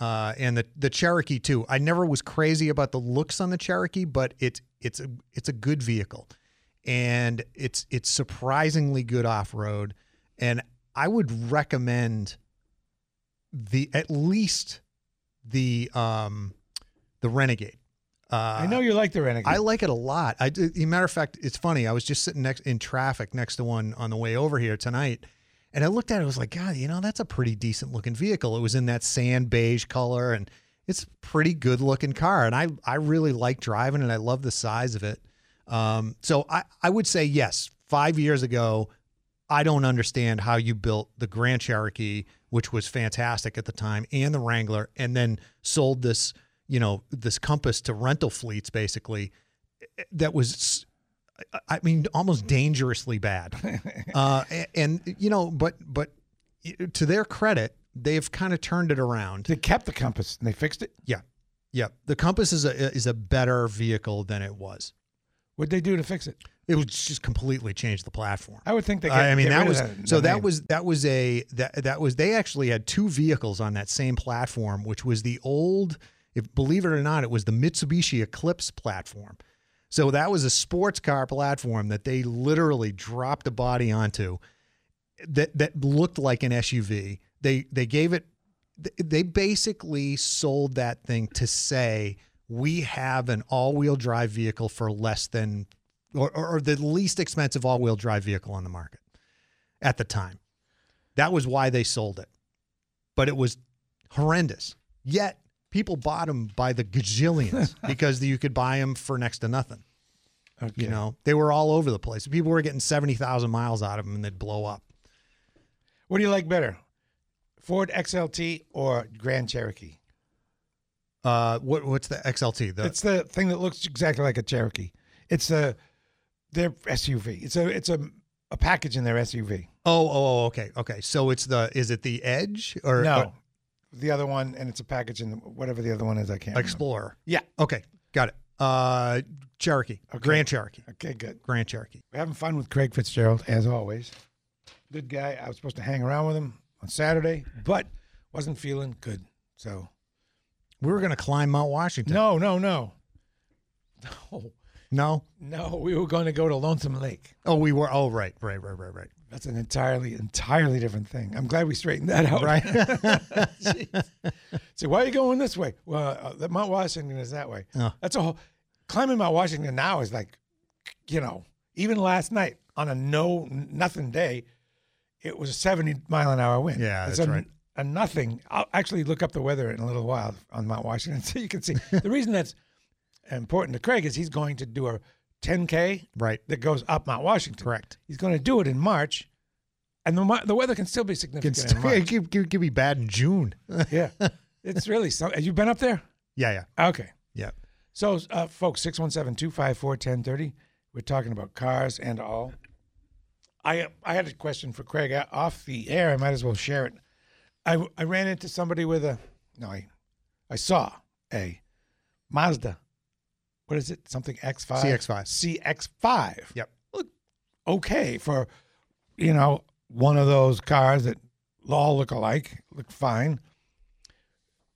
[SPEAKER 2] Uh, and the the Cherokee too. I never was crazy about the looks on the Cherokee, but it's it's a it's a good vehicle, and it's it's surprisingly good off road. And I would recommend the at least the um the Renegade. Uh,
[SPEAKER 1] I know you like the Renegade.
[SPEAKER 2] I like it a lot. I do. As a matter of fact, it's funny. I was just sitting next in traffic next to one on the way over here tonight, and I looked at it. I was like, God, you know, that's a pretty decent looking vehicle. It was in that sand beige color, and it's a pretty good looking car. And I I really like driving, and I love the size of it. Um, so I I would say yes. Five years ago, I don't understand how you built the Grand Cherokee, which was fantastic at the time, and the Wrangler, and then sold this, you know, this Compass to rental fleets basically. That was, I- I mean, almost dangerously bad. uh, a- and you know, but but to their credit, they've kind of turned it around.
[SPEAKER 1] They kept the compass and they fixed it.
[SPEAKER 2] Yeah, yeah. The Compass is a is a better vehicle than it was.
[SPEAKER 1] What'd they do to fix it?
[SPEAKER 2] It was just completely changed the platform.
[SPEAKER 1] I would think they. Get,
[SPEAKER 2] I mean
[SPEAKER 1] get
[SPEAKER 2] that
[SPEAKER 1] rid
[SPEAKER 2] was
[SPEAKER 1] of
[SPEAKER 2] so
[SPEAKER 1] the
[SPEAKER 2] that
[SPEAKER 1] name.
[SPEAKER 2] was that was a that that was they actually had two vehicles on that same platform, which was the old, if believe it or not, it was the Mitsubishi Eclipse platform. So that was a sports car platform that they literally dropped a body onto that that looked like an SUV. They they gave it th- they basically sold that thing to say we have an all-wheel drive vehicle for less than or, or, or the least expensive all-wheel drive vehicle on the market at the time. That was why they sold it. But it was horrendous. Yet people bought them by the gajillions because you could buy them for next to nothing.
[SPEAKER 1] okay.
[SPEAKER 2] You know, they were all over the place. People were getting 70,000 miles out of them and they'd blow up.
[SPEAKER 1] What do you like better, Ford XLT or Grand Cherokee?
[SPEAKER 2] Uh, what, what's the XLT? The,
[SPEAKER 1] it's the thing that looks exactly like a Cherokee. It's a their SUV. It's a it's a a package in their SUV.
[SPEAKER 2] Oh, oh, oh, okay, okay. So it's the is it the Edge or uh,
[SPEAKER 1] no,
[SPEAKER 2] or
[SPEAKER 1] the other one, and it's a package in the, whatever the other one is. I can't. remember.
[SPEAKER 2] Explorer?
[SPEAKER 1] Yeah.
[SPEAKER 2] Okay, got it. Uh, Cherokee, Grand Cherokee,
[SPEAKER 1] Okay, good.
[SPEAKER 2] Grand Cherokee.
[SPEAKER 1] We're having fun with Craig Fitzgerald as always. Good guy. I was supposed to hang around with him on Saturday, but wasn't feeling good. So
[SPEAKER 2] We were gonna climb Mount Washington.
[SPEAKER 1] no, no, no, no,
[SPEAKER 2] no.
[SPEAKER 1] no. We were going to go to Lonesome Lake.
[SPEAKER 2] Oh, we were. Oh, right, right, right, right, right.
[SPEAKER 1] That's an entirely, entirely different thing. I'm glad we straightened that out.
[SPEAKER 2] Right.
[SPEAKER 1] So why are you going this way? Well, uh, the Mount Washington is that way.
[SPEAKER 2] Oh.
[SPEAKER 1] That's a whole climbing Mount Washington now is like, you know, even last night on a no nothing day, it was a 70 mile an hour wind.
[SPEAKER 2] Yeah,
[SPEAKER 1] It's
[SPEAKER 2] that's
[SPEAKER 1] a,
[SPEAKER 2] right.
[SPEAKER 1] A nothing. I'll actually look up the weather in a little while on Mount Washington so you can see. the reason that's important to Craig is he's going to do a 10k
[SPEAKER 2] right.
[SPEAKER 1] that goes up Mount Washington.
[SPEAKER 2] Correct.
[SPEAKER 1] He's going to do it in March, and the mo- the weather can still be significant.
[SPEAKER 2] It's,
[SPEAKER 1] in
[SPEAKER 2] it
[SPEAKER 1] March.
[SPEAKER 2] could, could- could be bad in June. yeah,
[SPEAKER 1] yeah, it's really something. Have you been up there?
[SPEAKER 2] yeah,
[SPEAKER 1] Okay.
[SPEAKER 2] yeah.
[SPEAKER 1] So, uh, folks, 617 254 1030. We're talking about cars and all. I I had a question for Craig o- off the air. I might as well share it. I, I ran into somebody with a, no, I, I saw a Mazda. What is it? Something X5?
[SPEAKER 2] CX-5.
[SPEAKER 1] CX5.
[SPEAKER 2] Yep.
[SPEAKER 1] Okay for, you know, one of those cars that all look alike, look fine.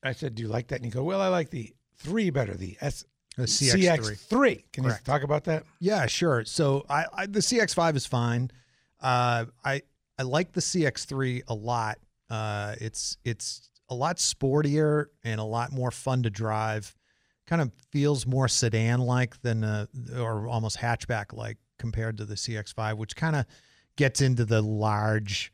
[SPEAKER 1] I said, Do you like that? And he go, Well, I like the three better, the S
[SPEAKER 2] The CX3.
[SPEAKER 1] CX3. Can
[SPEAKER 2] Correct.
[SPEAKER 1] you talk about that?
[SPEAKER 2] Yeah, sure. So I, I the CX5 is fine. Uh, I I like the CX3 a lot. Uh, it's it's a lot sportier and a lot more fun to drive. Kind of feels more sedan like than uh or almost hatchback like compared to the CX5, which kind of gets into the large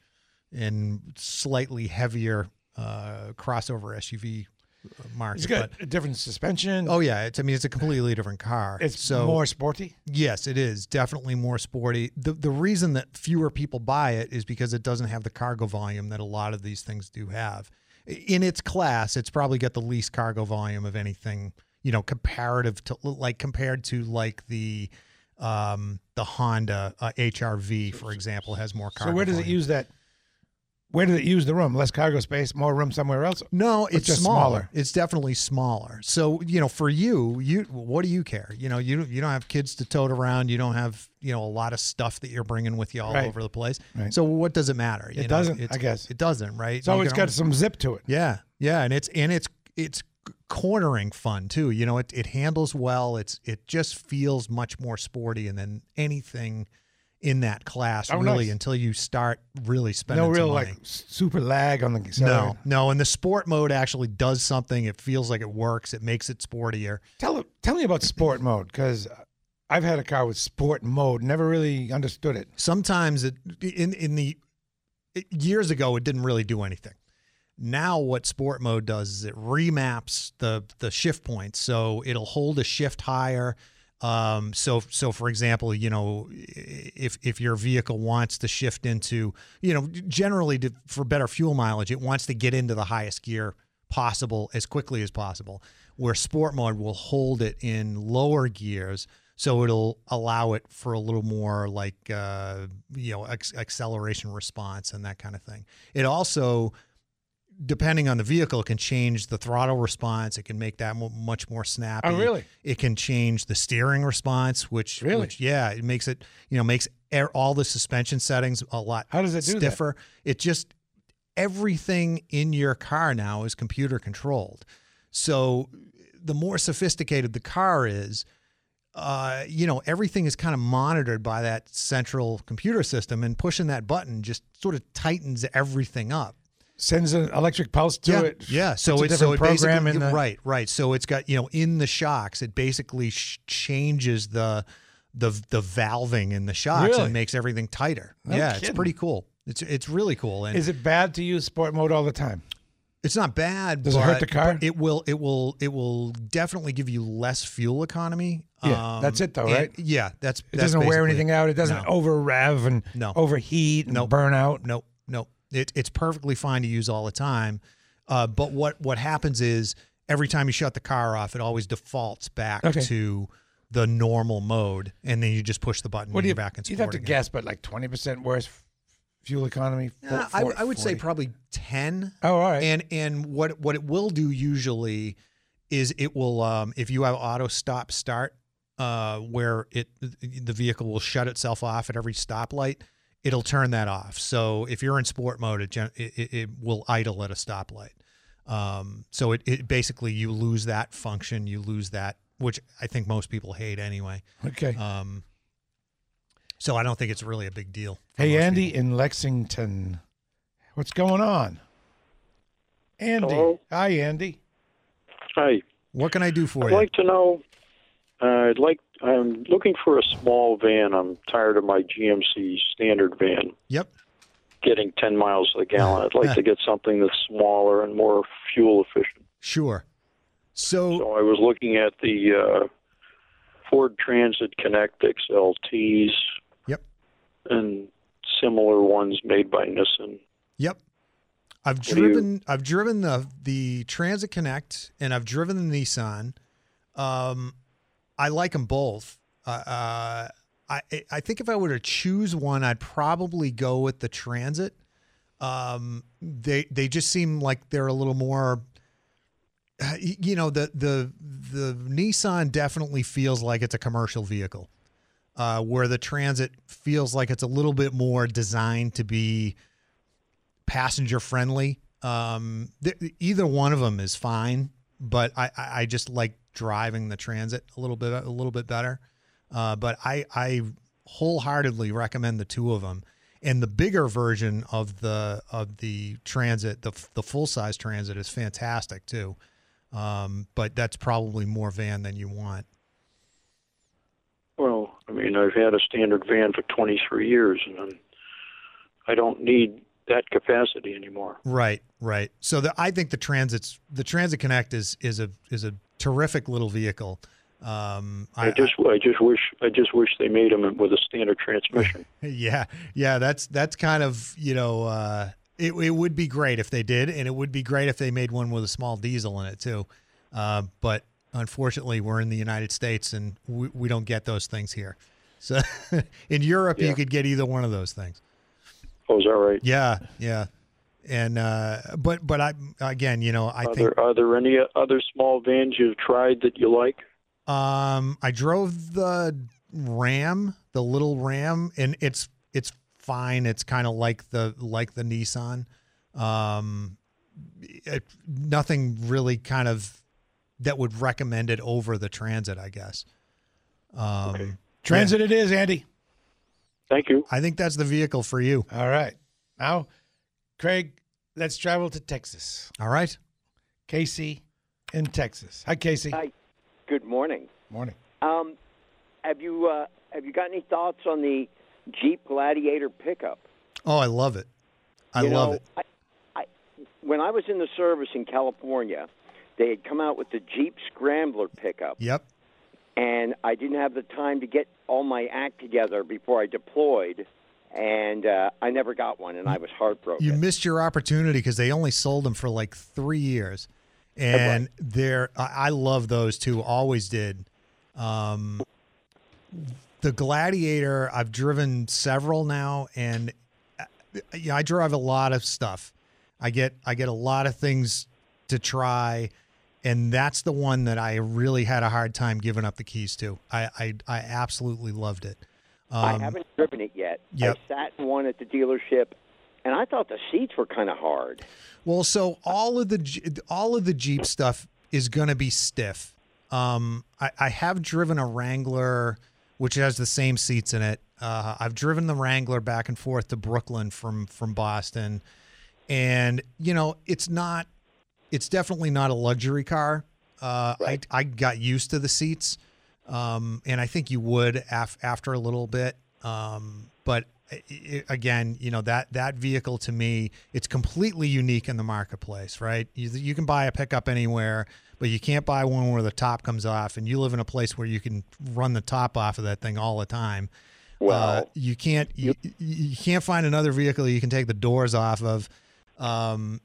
[SPEAKER 2] and slightly heavier uh, crossover SUV uh, market.
[SPEAKER 1] It's got
[SPEAKER 2] But,
[SPEAKER 1] a different suspension.
[SPEAKER 2] oh yeah, it's I mean it's a completely different car.
[SPEAKER 1] it's
[SPEAKER 2] so
[SPEAKER 1] more sporty.
[SPEAKER 2] Yes, it is definitely more sporty. The the reason that fewer people buy it is because it doesn't have the cargo volume that a lot of these things do have. In its class, it's probably got the least cargo volume of anything, you know, comparative to like compared to like the um the Honda uh, HRV for example has more cargo.
[SPEAKER 1] So where does it
[SPEAKER 2] volume.
[SPEAKER 1] use that? Where does it use the room? Less cargo space, more room somewhere else.
[SPEAKER 2] No, it's
[SPEAKER 1] just
[SPEAKER 2] smaller.
[SPEAKER 1] smaller?
[SPEAKER 2] It's definitely smaller. So you know, for you, you what do you care? You know, you you don't have kids to tote around. You don't have you know a lot of stuff that you're bringing with you all
[SPEAKER 1] Right.
[SPEAKER 2] over the place.
[SPEAKER 1] Right.
[SPEAKER 2] So what does it matter? You
[SPEAKER 1] It
[SPEAKER 2] know,
[SPEAKER 1] doesn't,
[SPEAKER 2] it's-
[SPEAKER 1] I guess.
[SPEAKER 2] it doesn't, right?
[SPEAKER 1] So
[SPEAKER 2] You
[SPEAKER 1] it's
[SPEAKER 2] can
[SPEAKER 1] got
[SPEAKER 2] only-
[SPEAKER 1] some zip to it.
[SPEAKER 2] yeah, yeah, and it's and it's it's cornering fun too. You know, it it handles well. It's it just feels much more sporty than anything in that class
[SPEAKER 1] Oh,
[SPEAKER 2] really
[SPEAKER 1] nice.
[SPEAKER 2] until you start really spending
[SPEAKER 1] No
[SPEAKER 2] some
[SPEAKER 1] real
[SPEAKER 2] money.
[SPEAKER 1] like s- super lag on the accelerator.
[SPEAKER 2] No, no, and the sport mode actually does something. It feels like it works. It makes it sportier.
[SPEAKER 1] Tell tell me about sport mode because I've had a car with sport mode. Never really understood it.
[SPEAKER 2] Sometimes it in in the it, years ago it didn't really do anything. Now what sport mode does is it remaps the the shift points, so it'll hold a shift higher. Um, so so for example, you know, if if your vehicle wants to shift into, you know, generally to, for better fuel mileage, it wants to get into the highest gear possible as quickly as possible. Where sport mode will hold it in lower gears, so it'll allow it for a little more like uh, you know ex- acceleration response and that kind of thing. It also depending on the vehicle, it can change the throttle response. It can make that mo- much more snappy.
[SPEAKER 1] Oh, really?
[SPEAKER 2] It can change the steering response, which
[SPEAKER 1] Really?
[SPEAKER 2] which, yeah, it makes it you know makes air, all the suspension settings a lot
[SPEAKER 1] How does it do that?
[SPEAKER 2] stiffer. It just everything in your car now is computer controlled. So the more sophisticated the car is, uh, you know, everything is kind of monitored by that central computer system, and pushing that button just sort of tightens everything up
[SPEAKER 1] Sends an electric pulse to
[SPEAKER 2] yeah,
[SPEAKER 1] it.
[SPEAKER 2] Yeah, so
[SPEAKER 1] Puts a
[SPEAKER 2] it's so
[SPEAKER 1] different
[SPEAKER 2] it
[SPEAKER 1] program
[SPEAKER 2] basically-
[SPEAKER 1] in the-
[SPEAKER 2] right, right. So it's got you know in the shocks, it basically sh- changes the the the valving in the shocks
[SPEAKER 1] Really?
[SPEAKER 2] and makes everything tighter.
[SPEAKER 1] No
[SPEAKER 2] yeah, it's
[SPEAKER 1] kidding.
[SPEAKER 2] pretty cool. It's it's really cool, and
[SPEAKER 1] Is it bad to use sport mode all the time?
[SPEAKER 2] it's not bad.
[SPEAKER 1] Does it hurt
[SPEAKER 2] but-
[SPEAKER 1] the car?
[SPEAKER 2] but It will. It will. It will definitely give you less fuel economy. Um,
[SPEAKER 1] Yeah, that's it though,
[SPEAKER 2] and-
[SPEAKER 1] right?
[SPEAKER 2] yeah, that's
[SPEAKER 1] It doesn't wear anything out. It doesn't
[SPEAKER 2] no.
[SPEAKER 1] over rev and
[SPEAKER 2] No.
[SPEAKER 1] overheat and burn out.
[SPEAKER 2] Nope, nope. It, it's perfectly fine to use all the time. Uh, but what what happens is every time you shut the car off, it always defaults back
[SPEAKER 1] Okay.
[SPEAKER 2] to the normal mode, and then you just push the button
[SPEAKER 1] What
[SPEAKER 2] and
[SPEAKER 1] do you
[SPEAKER 2] you're back in sport.
[SPEAKER 1] You'd have to
[SPEAKER 2] again.
[SPEAKER 1] guess, but like twenty percent worse f- fuel economy. four-
[SPEAKER 2] Yeah, Uh, I,
[SPEAKER 1] four-
[SPEAKER 2] I would say
[SPEAKER 1] 40.
[SPEAKER 2] probably ten.
[SPEAKER 1] Oh, all right.
[SPEAKER 2] And and what what it will do usually is it will um, if you have auto stop start uh, where it the vehicle will shut itself off at every stoplight, it'll turn that off. So if you're in sport mode, it gen- it, it- it will idle at a stoplight. Um, so it, it basically you lose that function, you lose that which I think most people hate anyway.
[SPEAKER 1] okay.
[SPEAKER 2] Um, so I don't think it's really a big deal. for
[SPEAKER 1] hey,
[SPEAKER 2] most
[SPEAKER 1] Andy
[SPEAKER 2] people.
[SPEAKER 1] in Lexington, what's going on? Andy,
[SPEAKER 5] Hello?
[SPEAKER 1] hi, Andy.
[SPEAKER 5] Hi.
[SPEAKER 2] what can I do for
[SPEAKER 5] I'd
[SPEAKER 2] you?
[SPEAKER 5] like to know. Uh, I'd like. I'm looking for a small van. I'm tired of my GMC standard van
[SPEAKER 2] yep.
[SPEAKER 5] getting 10 miles to the gallon. I'd like to get something that's smaller and more fuel efficient.
[SPEAKER 2] Sure. So,
[SPEAKER 5] So I was looking at the uh, Ford Transit Connect XLTs
[SPEAKER 2] yep,
[SPEAKER 5] and similar ones made by Nissan.
[SPEAKER 2] yep. I've
[SPEAKER 5] do you-
[SPEAKER 2] driven I've driven the the Transit Connect and I've driven the Nissan. Um, I like them both. Uh, uh, I I- I think if I were to choose one, I'd probably go with the Transit. Um, they they just seem like they're a little more. uh, y- You know the the the Nissan definitely feels like it's a commercial vehicle. uh, where the transit feels like it's a little bit more designed to be passenger friendly. Um, th- either one of them is fine, but I, I I just like driving the transit a little bit a little bit better. Uh, but I I wholeheartedly recommend the two of them. And the bigger version of the of the transit, the f- the full size transit, is fantastic too. Um, but that's probably more van than you want.
[SPEAKER 5] Well, I mean, I've had a standard van for 23 years, and I'm, I don't need that capacity anymore.
[SPEAKER 2] Right, right. So the, I think the transits, the Transit Connect is is a is a terrific little vehicle. Um,
[SPEAKER 5] I, just, I, just wish, I just wish they made them with a standard transmission.
[SPEAKER 2] yeah, yeah. That's that's kind of you know, uh, it it would be great if they did, and it would be great if they made one with a small diesel in it too. Uh, but unfortunately, we're in the United States, and we, we don't get those things here. So in Europe, you
[SPEAKER 5] Yeah.
[SPEAKER 2] could get either one of those things.
[SPEAKER 5] Oh, is that right?
[SPEAKER 2] Yeah, yeah. And uh, but but I again, you know, I
[SPEAKER 5] are
[SPEAKER 2] think
[SPEAKER 5] there are there any uh, other small vans you've tried that you like?
[SPEAKER 2] Um, I drove the Ram, the little Ram, and it's it's fine. It's kind of like the like the Nissan. Um, it, nothing really kind of that would recommend it over the Transit, I guess. Um,
[SPEAKER 1] Transit it is, Andy.
[SPEAKER 5] Thank you.
[SPEAKER 2] I think that's the vehicle for you.
[SPEAKER 1] All right. Now, Craig, let's travel to Texas.
[SPEAKER 2] All right.
[SPEAKER 1] Casey in Texas. Hi, Casey.
[SPEAKER 6] Hi. Good morning.
[SPEAKER 1] Morning.
[SPEAKER 6] Um, have you uh, have you got any thoughts on the Jeep Gladiator pickup?
[SPEAKER 2] Oh, I love it. I
[SPEAKER 6] You
[SPEAKER 2] love
[SPEAKER 6] know,
[SPEAKER 2] it.
[SPEAKER 6] I, I, when I was in the service in California, they had come out with the Jeep Scrambler pickup,
[SPEAKER 2] Yep.
[SPEAKER 6] and I didn't have the time to get all my act together before I deployed, and uh, I never got one, and I was heartbroken.
[SPEAKER 2] You missed your opportunity because they only sold them for like three years, and they're I I love those two. Always did. Um, the Gladiator, I've driven several now, and uh, yeah, I drive a lot of stuff. I get I get a lot of things to try, and that's the one that I really had a hard time giving up the keys to. I I, I absolutely loved it. Um,
[SPEAKER 6] I haven't driven it yet.
[SPEAKER 2] yep.
[SPEAKER 6] I sat in one at the dealership, and I thought the seats were kind of hard.
[SPEAKER 2] Well, so all of the Je- all of the Jeep stuff is going to be stiff. Um, I, I have driven a Wrangler, which has the same seats in it. Uh, I've driven the Wrangler back and forth to Brooklyn from from Boston, and you know it's not, it's definitely not a luxury car. Uh, I I got used to the seats, um, and I think you would af- after a little bit. Um, but i i again, you know that that vehicle to me, it's completely unique in the marketplace, right? You, you can buy a pickup anywhere, but you can't buy one where the top comes off, and you live in a place where you can run the top off of that thing all the time. Uh,
[SPEAKER 6] Well-
[SPEAKER 2] you can't you, you can't find another vehicle you can take the doors off of. Um,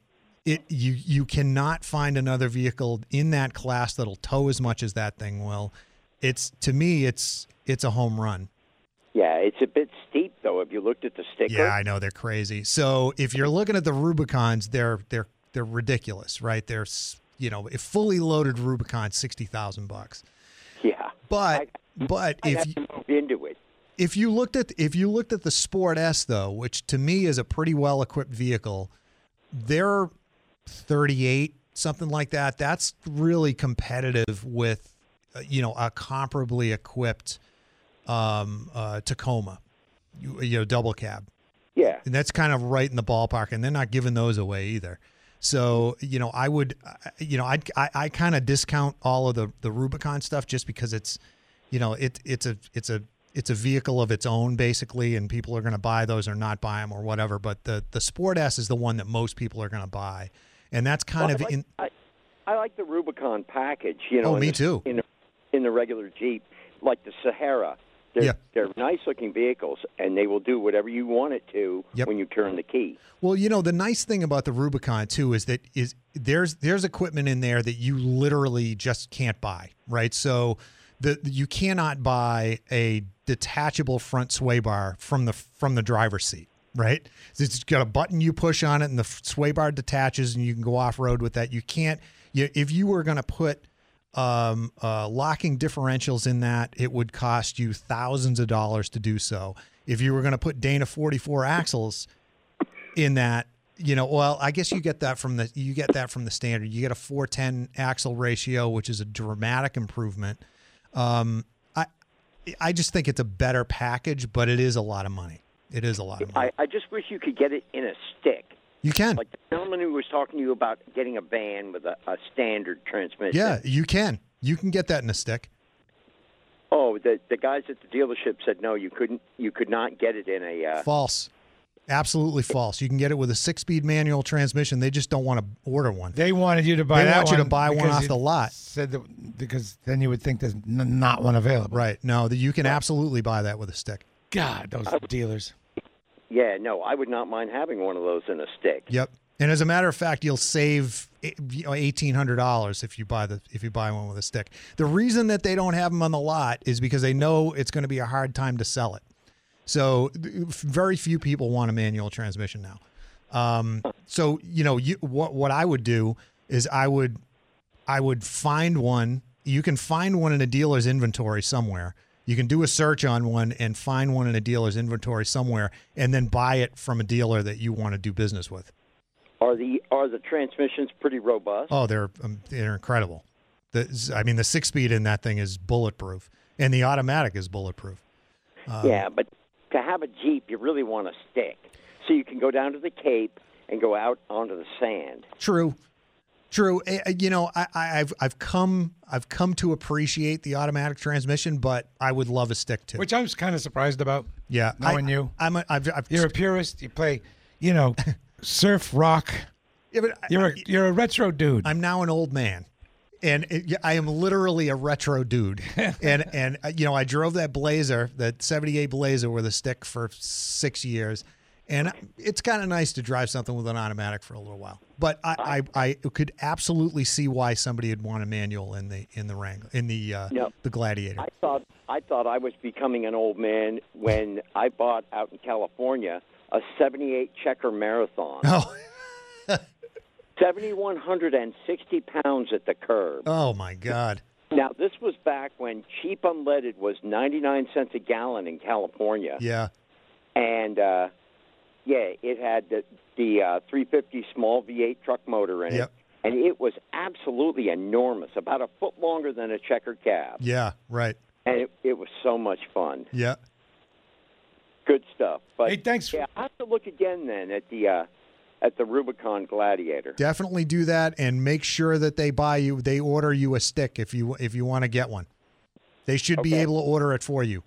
[SPEAKER 2] it you you cannot find another vehicle in that class that'll tow as much as that thing will it's to me, it's it's a home run.
[SPEAKER 6] Yeah, it's a bit steep though. If you looked at the sticker,
[SPEAKER 2] Yeah, I know they're crazy. So if you're looking at the Rubicons, they're they're they're ridiculous, right? They're s- you know a fully loaded Rubicon, sixty thousand bucks.
[SPEAKER 6] yeah.
[SPEAKER 2] But but
[SPEAKER 6] I'd
[SPEAKER 2] if
[SPEAKER 6] have to move into it.
[SPEAKER 2] if you looked at if you looked at the Sport S though, which to me is a pretty well equipped vehicle, they're 38 something like that. That's really competitive with uh, you know a comparably equipped um, uh, Tacoma, you, you know double cab,
[SPEAKER 6] Yeah,
[SPEAKER 2] and that's kind of right in the ballpark. And they're not giving those away either. So you know I would I- you know I'd, I I kind of discount all of the the Rubicon stuff just because it's you know it it's a it's a it's a vehicle of its own basically and people are going to buy those or not buy them or whatever but the the sport s is the one that most people are going to buy and that's kind
[SPEAKER 6] Well,
[SPEAKER 2] of
[SPEAKER 6] I like,
[SPEAKER 2] in
[SPEAKER 6] I, I like the Rubicon package. You know,
[SPEAKER 2] Oh,
[SPEAKER 6] in
[SPEAKER 2] me
[SPEAKER 6] the,
[SPEAKER 2] too.
[SPEAKER 6] In the, in the regular Jeep, like the Sahara, they're,
[SPEAKER 2] Yeah.
[SPEAKER 6] they're nice looking vehicles, and they will do whatever you want it to
[SPEAKER 2] Yep.
[SPEAKER 6] when you turn the key.
[SPEAKER 2] well you know the nice thing about the rubicon too is that is there's there's equipment in there that you literally just can't buy right so the you cannot buy a detachable front sway bar from the from the driver's seat right it's got a button you push on it and the f- sway bar detaches and you can go off road with that you can't you, if you were going to put um, uh, locking differentials in that, it would cost you thousands of dollars to do so. If you were going to put Dana 44 axles in that, you know, well, I guess you get that from the you get that from the standard. You get a 410 axle ratio, which is a dramatic improvement. Um, I I just think it's a better package, but it is a lot of money. It is a lot of money.
[SPEAKER 6] I, I just wish you could get it in a stick.
[SPEAKER 2] You can.
[SPEAKER 6] Like the gentleman who was talking to you about getting a van with a, a standard transmission.
[SPEAKER 2] Yeah, you can. You can get that in a stick.
[SPEAKER 6] Oh, the the guys at the dealership said no, you couldn't, you could not get it in a. Uh,
[SPEAKER 2] False. Absolutely false. You can get it with a six speed manual transmission. They just don't want to order one.
[SPEAKER 1] They wanted you to buy
[SPEAKER 2] They
[SPEAKER 1] that
[SPEAKER 2] want you to
[SPEAKER 1] one
[SPEAKER 2] buy one
[SPEAKER 1] because
[SPEAKER 2] off
[SPEAKER 1] it
[SPEAKER 2] the lot.
[SPEAKER 1] Said that because then you would think there's n- not one available.
[SPEAKER 2] Right. No, that you can absolutely buy that with a stick.
[SPEAKER 1] God, those dealers.
[SPEAKER 6] yeah, no, I would not mind having one of those in a stick.
[SPEAKER 2] Yep. And as a matter of fact, you'll save eh, eighteen hundred dollars if you buy the if you buy one with a stick. The reason that they don't have them on the lot is because they know it's going to be a hard time to sell it. So th- very few people want a manual transmission now. Um, so you know, you what what I would do is I would I would find one. You can find one in a dealer's inventory somewhere. You can do a search on one and find one in a dealer's inventory somewhere, and then buy it from a dealer that you want to do business with.
[SPEAKER 6] Are the are the transmissions pretty robust?
[SPEAKER 2] Oh, they're um, they're incredible. The, I mean, the six speed in that thing is bulletproof, and the automatic is bulletproof.
[SPEAKER 6] yeah, but to have a Jeep, you really want a stick. So you can go down to the Cape and go out onto the sand.
[SPEAKER 2] True, true. Eh, eh, You know, I, I, I've I've come I've come to appreciate the automatic transmission, but I would love a stick too.
[SPEAKER 1] Which I was kind of surprised about.
[SPEAKER 2] yeah,
[SPEAKER 1] knowing
[SPEAKER 2] I,
[SPEAKER 1] you.
[SPEAKER 2] I'm a, I've, I've
[SPEAKER 1] You're a purist. You play, you know, surf rock.
[SPEAKER 2] yeah, but I-
[SPEAKER 1] You're a you're a retro dude.
[SPEAKER 2] I'm now an old man, and it, yeah, I am literally a retro dude. and and uh, you know, I drove that Blazer, that '78 Blazer, with a stick for six years, and it's kind of nice to drive something with an automatic for a little while. But I, I, I could absolutely see why somebody would want a manual in the in the Wrangler in the uh,
[SPEAKER 6] No.
[SPEAKER 2] the Gladiator.
[SPEAKER 6] I thought I thought I was becoming an old man when I bought out in California a 78 checker marathon,
[SPEAKER 2] oh,
[SPEAKER 6] 7,160 pounds at the curb.
[SPEAKER 2] oh my God!
[SPEAKER 6] Now this was back when cheap unleaded was 99 cents a gallon in California,
[SPEAKER 2] Yeah,
[SPEAKER 6] and uh, yeah, it had the the uh, 350 small V8 truck motor in
[SPEAKER 2] Yep.
[SPEAKER 6] it. And it was absolutely enormous, about a foot longer than a checker cab.
[SPEAKER 2] yeah, right,
[SPEAKER 6] And it, it was so much fun.
[SPEAKER 2] yeah.
[SPEAKER 6] Good stuff. But
[SPEAKER 1] Hey, thanks for-
[SPEAKER 6] Yeah, I have to look again then at the uh, at the Rubicon Gladiator.
[SPEAKER 2] Definitely do that and make sure that they buy you they order you a stick if you if you want to get one. They should be
[SPEAKER 6] Okay.
[SPEAKER 2] able to order it for you.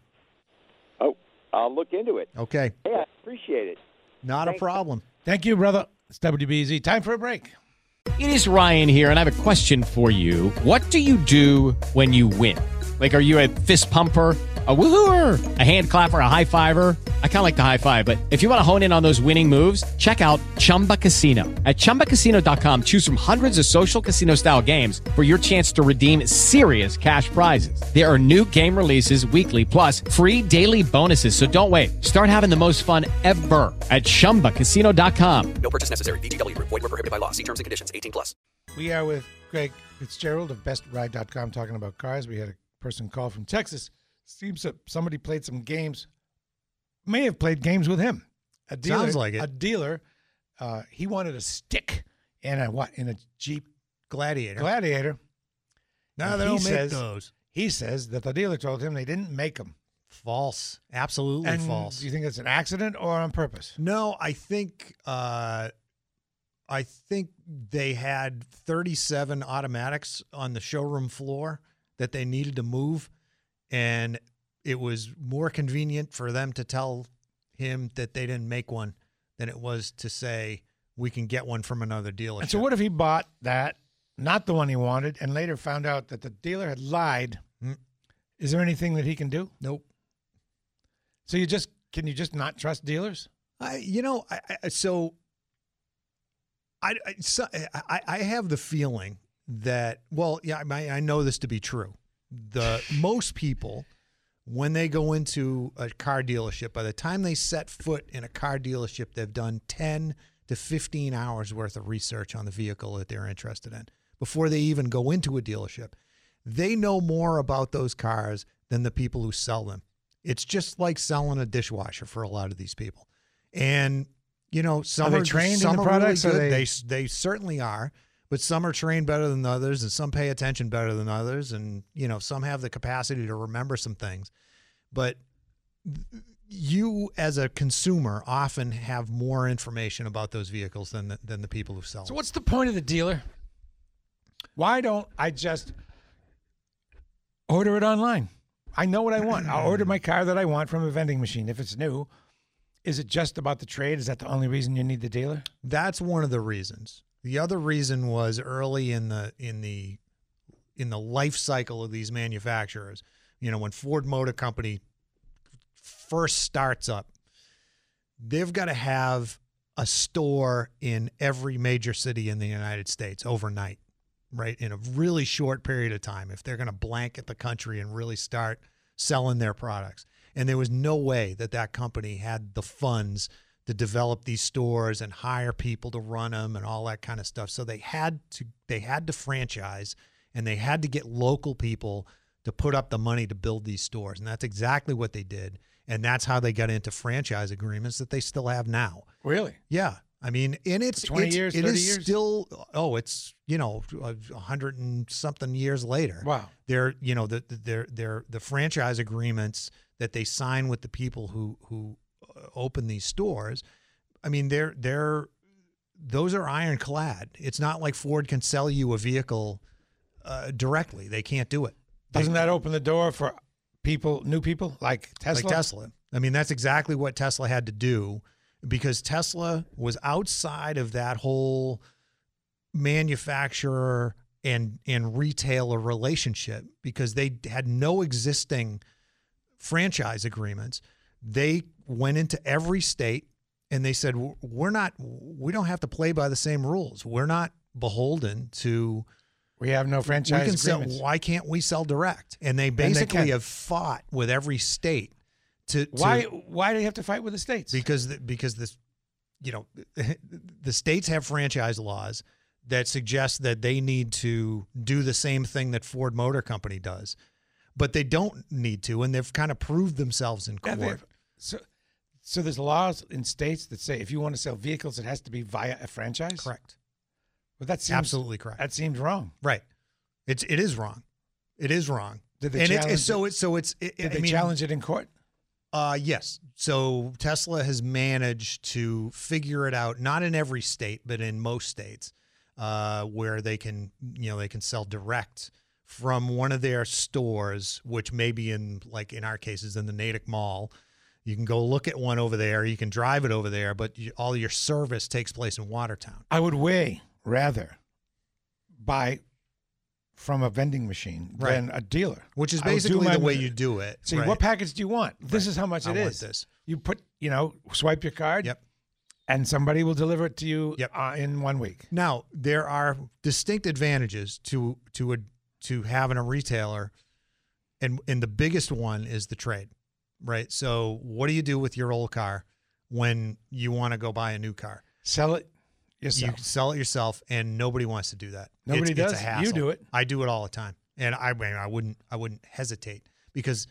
[SPEAKER 6] Oh, I'll look into
[SPEAKER 1] Oh.
[SPEAKER 6] it.
[SPEAKER 2] Okay.
[SPEAKER 6] Hey, I appreciate it.
[SPEAKER 2] Not a problem.
[SPEAKER 1] Thank you, brother. It's WBZ. Time for a break.
[SPEAKER 7] It is Ryan here, and I have a question for you. What do you do when you win? Like, are you a fist pumper, a woohooer, a hand clapper, a high fiver? I kind of like the high five, but if you want to hone in on those winning moves, check out Chumba Casino. At chumbacasino.com, choose from hundreds of social casino style games for your chance to redeem serious cash prizes. There are new game releases weekly, plus free daily bonuses. So don't wait. Start having the most fun ever at chumbacasino.com.
[SPEAKER 8] No purchase necessary. VGW Group. Void were prohibited by law. See terms and conditions. 18 plus.
[SPEAKER 1] We are with Greg Fitzgerald of BestRide.com talking about cars. We had a person call from Texas. Seems that somebody played some games, may have played games with him. A dealer,
[SPEAKER 2] Sounds like it.
[SPEAKER 1] A dealer, uh, he wanted a stick in a what in a Jeep
[SPEAKER 2] Gladiator.
[SPEAKER 1] Gladiator.
[SPEAKER 2] no,
[SPEAKER 1] And
[SPEAKER 2] they
[SPEAKER 1] he
[SPEAKER 2] don't make
[SPEAKER 1] says-
[SPEAKER 2] those.
[SPEAKER 1] He says that the dealer told him they didn't make them.
[SPEAKER 2] False. Absolutely
[SPEAKER 1] And
[SPEAKER 2] false.
[SPEAKER 1] do you think it's an accident or on purpose?
[SPEAKER 2] No, I think uh, I think they had 37 automatics on the showroom floor that they needed to move, and it was more convenient for them to tell him that they didn't make one than it was to say we can get one from another dealership.
[SPEAKER 1] And so, what if he bought that, not the one he wanted, and later found out that the dealer had lied?
[SPEAKER 2] Mm.
[SPEAKER 1] Is there anything that he can do?
[SPEAKER 2] Nope.
[SPEAKER 1] So you just can you just not trust dealers?
[SPEAKER 2] I, you know, I, I so I, I, so I, I have the feeling that, well, yeah, I, I know this to be true. The most people, when they go into a car dealership, by the time they set foot in a car dealership, they've done 10 to 15 hours worth of research on the vehicle that they're interested in before they even go into a dealership. They know more about those cars than the people who sell them. It's just like selling a dishwasher for a lot of these people. And you know, some
[SPEAKER 1] they
[SPEAKER 2] are
[SPEAKER 1] trained in
[SPEAKER 2] some
[SPEAKER 1] the
[SPEAKER 2] are
[SPEAKER 1] products, or
[SPEAKER 2] Really good.
[SPEAKER 1] they-
[SPEAKER 2] They they certainly are, but some are trained better than others, and some pay attention better than others, and you know, some have the capacity to remember some things. But you, as a consumer, often have more information about those vehicles than the, than the people who sell.
[SPEAKER 1] So
[SPEAKER 2] them.
[SPEAKER 1] what's the point of the dealer? Why don't I just order it online? I know what I want. I'll order my car that I want from a vending machine if it's new. Is it just about the trade? Is that the only reason you need the dealer?
[SPEAKER 2] That's one of the reasons. The other reason was early in the in the in the life cycle of these manufacturers. You know, when Ford Motor Company first starts up, they've got to have a store in every major city in the United States overnight, right? In a really short period of time, if they're going to blanket the country and really start selling their products. And there was no way that that company had the funds to develop these stores and hire people to run them and all that kind of stuff. So they had to they had to franchise and they had to get local people to put up the money to build these stores. And that's exactly what they did. And that's how they got into franchise agreements that they still have now.
[SPEAKER 1] Really?
[SPEAKER 2] Yeah. I mean, and it's
[SPEAKER 1] 20
[SPEAKER 2] it's,
[SPEAKER 1] years,
[SPEAKER 2] it
[SPEAKER 1] 30
[SPEAKER 2] is
[SPEAKER 1] years?
[SPEAKER 2] still oh, it's you know a hundred and something years later.
[SPEAKER 1] Wow.
[SPEAKER 2] They're you know the the- they're they're the franchise agreements that they sign with the people who who uh, open these stores. I mean, they're they're those are ironclad. It's not like Ford can sell you a vehicle uh, directly. They can't do it.
[SPEAKER 1] Doesn't that open the door for people, new people like Tesla?
[SPEAKER 2] Like Tesla. I mean, that's exactly what Tesla had to do because Tesla was outside of that whole manufacturer and and retailer relationship because they had no existing franchise agreements. They went into every state and they said "W- we're not we don't have to play by the same rules. We're not beholden to
[SPEAKER 1] We have no
[SPEAKER 2] we can
[SPEAKER 1] franchise
[SPEAKER 2] sell,
[SPEAKER 1] agreements.
[SPEAKER 2] why can't we sell direct? And they
[SPEAKER 1] they
[SPEAKER 2] basically
[SPEAKER 1] can.
[SPEAKER 2] have fought with every state to, to
[SPEAKER 1] why? Why do you have to fight with the states?
[SPEAKER 2] because the, because this you know the states have franchise laws that suggest that they need to do the same thing that Ford Motor Company does, but they don't need to, and they've kind of proved themselves in
[SPEAKER 1] Yeah,
[SPEAKER 2] court.
[SPEAKER 1] they- so, so there's laws in states that say if you want to sell vehicles, it has to be via a franchise.
[SPEAKER 2] correct,
[SPEAKER 1] Well, that seems
[SPEAKER 2] absolutely correct.
[SPEAKER 1] That seems wrong.
[SPEAKER 2] right, it's it is wrong, it is wrong.
[SPEAKER 1] Did they
[SPEAKER 2] and it's,
[SPEAKER 1] challenge
[SPEAKER 2] it's so it's so it's it,
[SPEAKER 1] Did
[SPEAKER 2] I
[SPEAKER 1] they
[SPEAKER 2] mean,
[SPEAKER 1] challenge it in court?
[SPEAKER 2] Uh, yes. So Tesla has managed to figure it out, not in every state, but in most states, uh, where they can, you know, they can sell direct from one of their stores, which may be in, like in our cases, in the Natick Mall. You can go look at one over there. You can drive it over there, but you, all your service takes place in Watertown.
[SPEAKER 1] I would way rather buy from a vending machine
[SPEAKER 2] Right.
[SPEAKER 1] than a dealer.
[SPEAKER 2] Which is
[SPEAKER 1] I would do
[SPEAKER 2] basically
[SPEAKER 1] my-
[SPEAKER 2] the way you do it.
[SPEAKER 1] See,
[SPEAKER 2] right.
[SPEAKER 1] what package do you want? This
[SPEAKER 2] Right.
[SPEAKER 1] is how much
[SPEAKER 2] I
[SPEAKER 1] it
[SPEAKER 2] want
[SPEAKER 1] is.
[SPEAKER 2] this.
[SPEAKER 1] You put, you know, swipe your card.
[SPEAKER 2] Yep.
[SPEAKER 1] And somebody will deliver it to you
[SPEAKER 2] Yep.
[SPEAKER 1] uh, in one week.
[SPEAKER 2] Now there are distinct advantages to to a to having a retailer, and and the biggest one is the trade, right? So what do you do with your old car when you want to go buy a new car?
[SPEAKER 1] Sell it
[SPEAKER 2] You
[SPEAKER 1] yourself.
[SPEAKER 2] sell it yourself, and nobody wants to do that.
[SPEAKER 1] Nobody
[SPEAKER 2] it's, It's
[SPEAKER 1] does.
[SPEAKER 2] a
[SPEAKER 1] You
[SPEAKER 2] hassle.
[SPEAKER 1] do it.
[SPEAKER 2] I do it all the time, and I I mean, I wouldn't I wouldn't hesitate because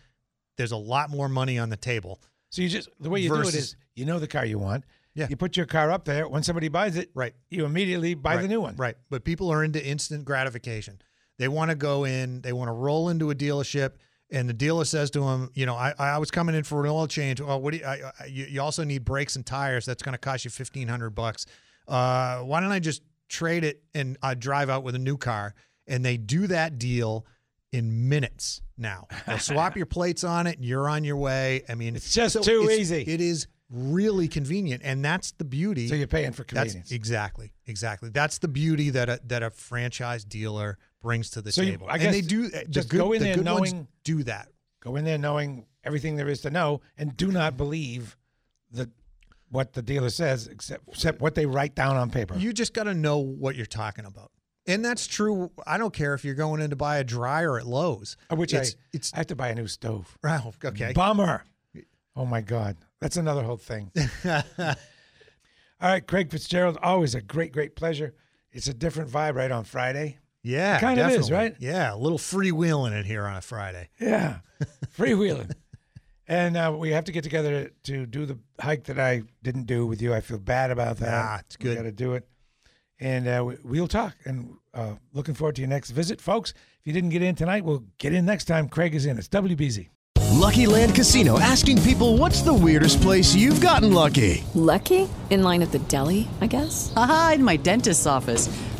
[SPEAKER 2] there's a lot more money on the table.
[SPEAKER 1] so you just, the way you do it
[SPEAKER 2] Versus-
[SPEAKER 1] is you know the car you want.
[SPEAKER 2] Yeah.
[SPEAKER 1] You put your car up there. When somebody buys it,
[SPEAKER 2] Right.
[SPEAKER 1] you immediately buy the
[SPEAKER 2] Right,
[SPEAKER 1] new one.
[SPEAKER 2] Right. But people are into instant gratification. They want to go in, they want to roll into a dealership, and the dealer says to them, you know, I, I was coming in for an oil change. Oh, what do you, I, I, you, you also need brakes and tires. That's going to cost you 1500 bucks. Uh, why don't I just trade it and I drive out with a new car? And they do that deal in minutes now. They'll swap your plates on it and you're on your way. I mean,
[SPEAKER 1] It's just too
[SPEAKER 2] it's-
[SPEAKER 1] easy.
[SPEAKER 2] It is really convenient. And that's the beauty.
[SPEAKER 1] So you're paying for
[SPEAKER 2] That's
[SPEAKER 1] convenience.
[SPEAKER 2] exactly, exactly. That's the beauty that a that a franchise dealer brings to the
[SPEAKER 1] So you-
[SPEAKER 2] table.
[SPEAKER 1] I
[SPEAKER 2] and
[SPEAKER 1] guess
[SPEAKER 2] they do
[SPEAKER 1] just
[SPEAKER 2] the good,
[SPEAKER 1] go in
[SPEAKER 2] the
[SPEAKER 1] there
[SPEAKER 2] good ones
[SPEAKER 1] knowing-
[SPEAKER 2] do that.
[SPEAKER 1] Go in there knowing everything there is to know and do not believe the, what the dealer says except, except what they write down on paper.
[SPEAKER 2] You just got to know what you're talking about, and that's true. I don't care if you're going in to buy a dryer at Lowe's,
[SPEAKER 1] Uh, Which
[SPEAKER 2] it's,
[SPEAKER 1] I,
[SPEAKER 2] it's
[SPEAKER 1] I have to buy a new stove.
[SPEAKER 2] oh, okay.
[SPEAKER 1] Bummer. Oh my God. That's another whole thing. All right, Craig Fitzgerald, always a great, great pleasure. It's a different vibe right on Friday.
[SPEAKER 2] yeah,
[SPEAKER 1] Kind of is,
[SPEAKER 2] definitely.
[SPEAKER 1] right?
[SPEAKER 2] Yeah, a little freewheeling it here on a Friday.
[SPEAKER 1] Yeah. Freewheeling. and uh, we have to get together to do the hike that I didn't do with you. I feel bad about that.
[SPEAKER 2] Nah, it's good.
[SPEAKER 1] got to do it. And uh, we, we'll talk. And uh, looking forward to your next visit, folks. If you didn't get in tonight, we'll get in next time. Craig is in. It's WBZ.
[SPEAKER 9] Lucky Land Casino asking people what's the weirdest place you've gotten lucky?
[SPEAKER 4] Lucky? In line at the deli, I guess?
[SPEAKER 10] Aha, in my dentist's office.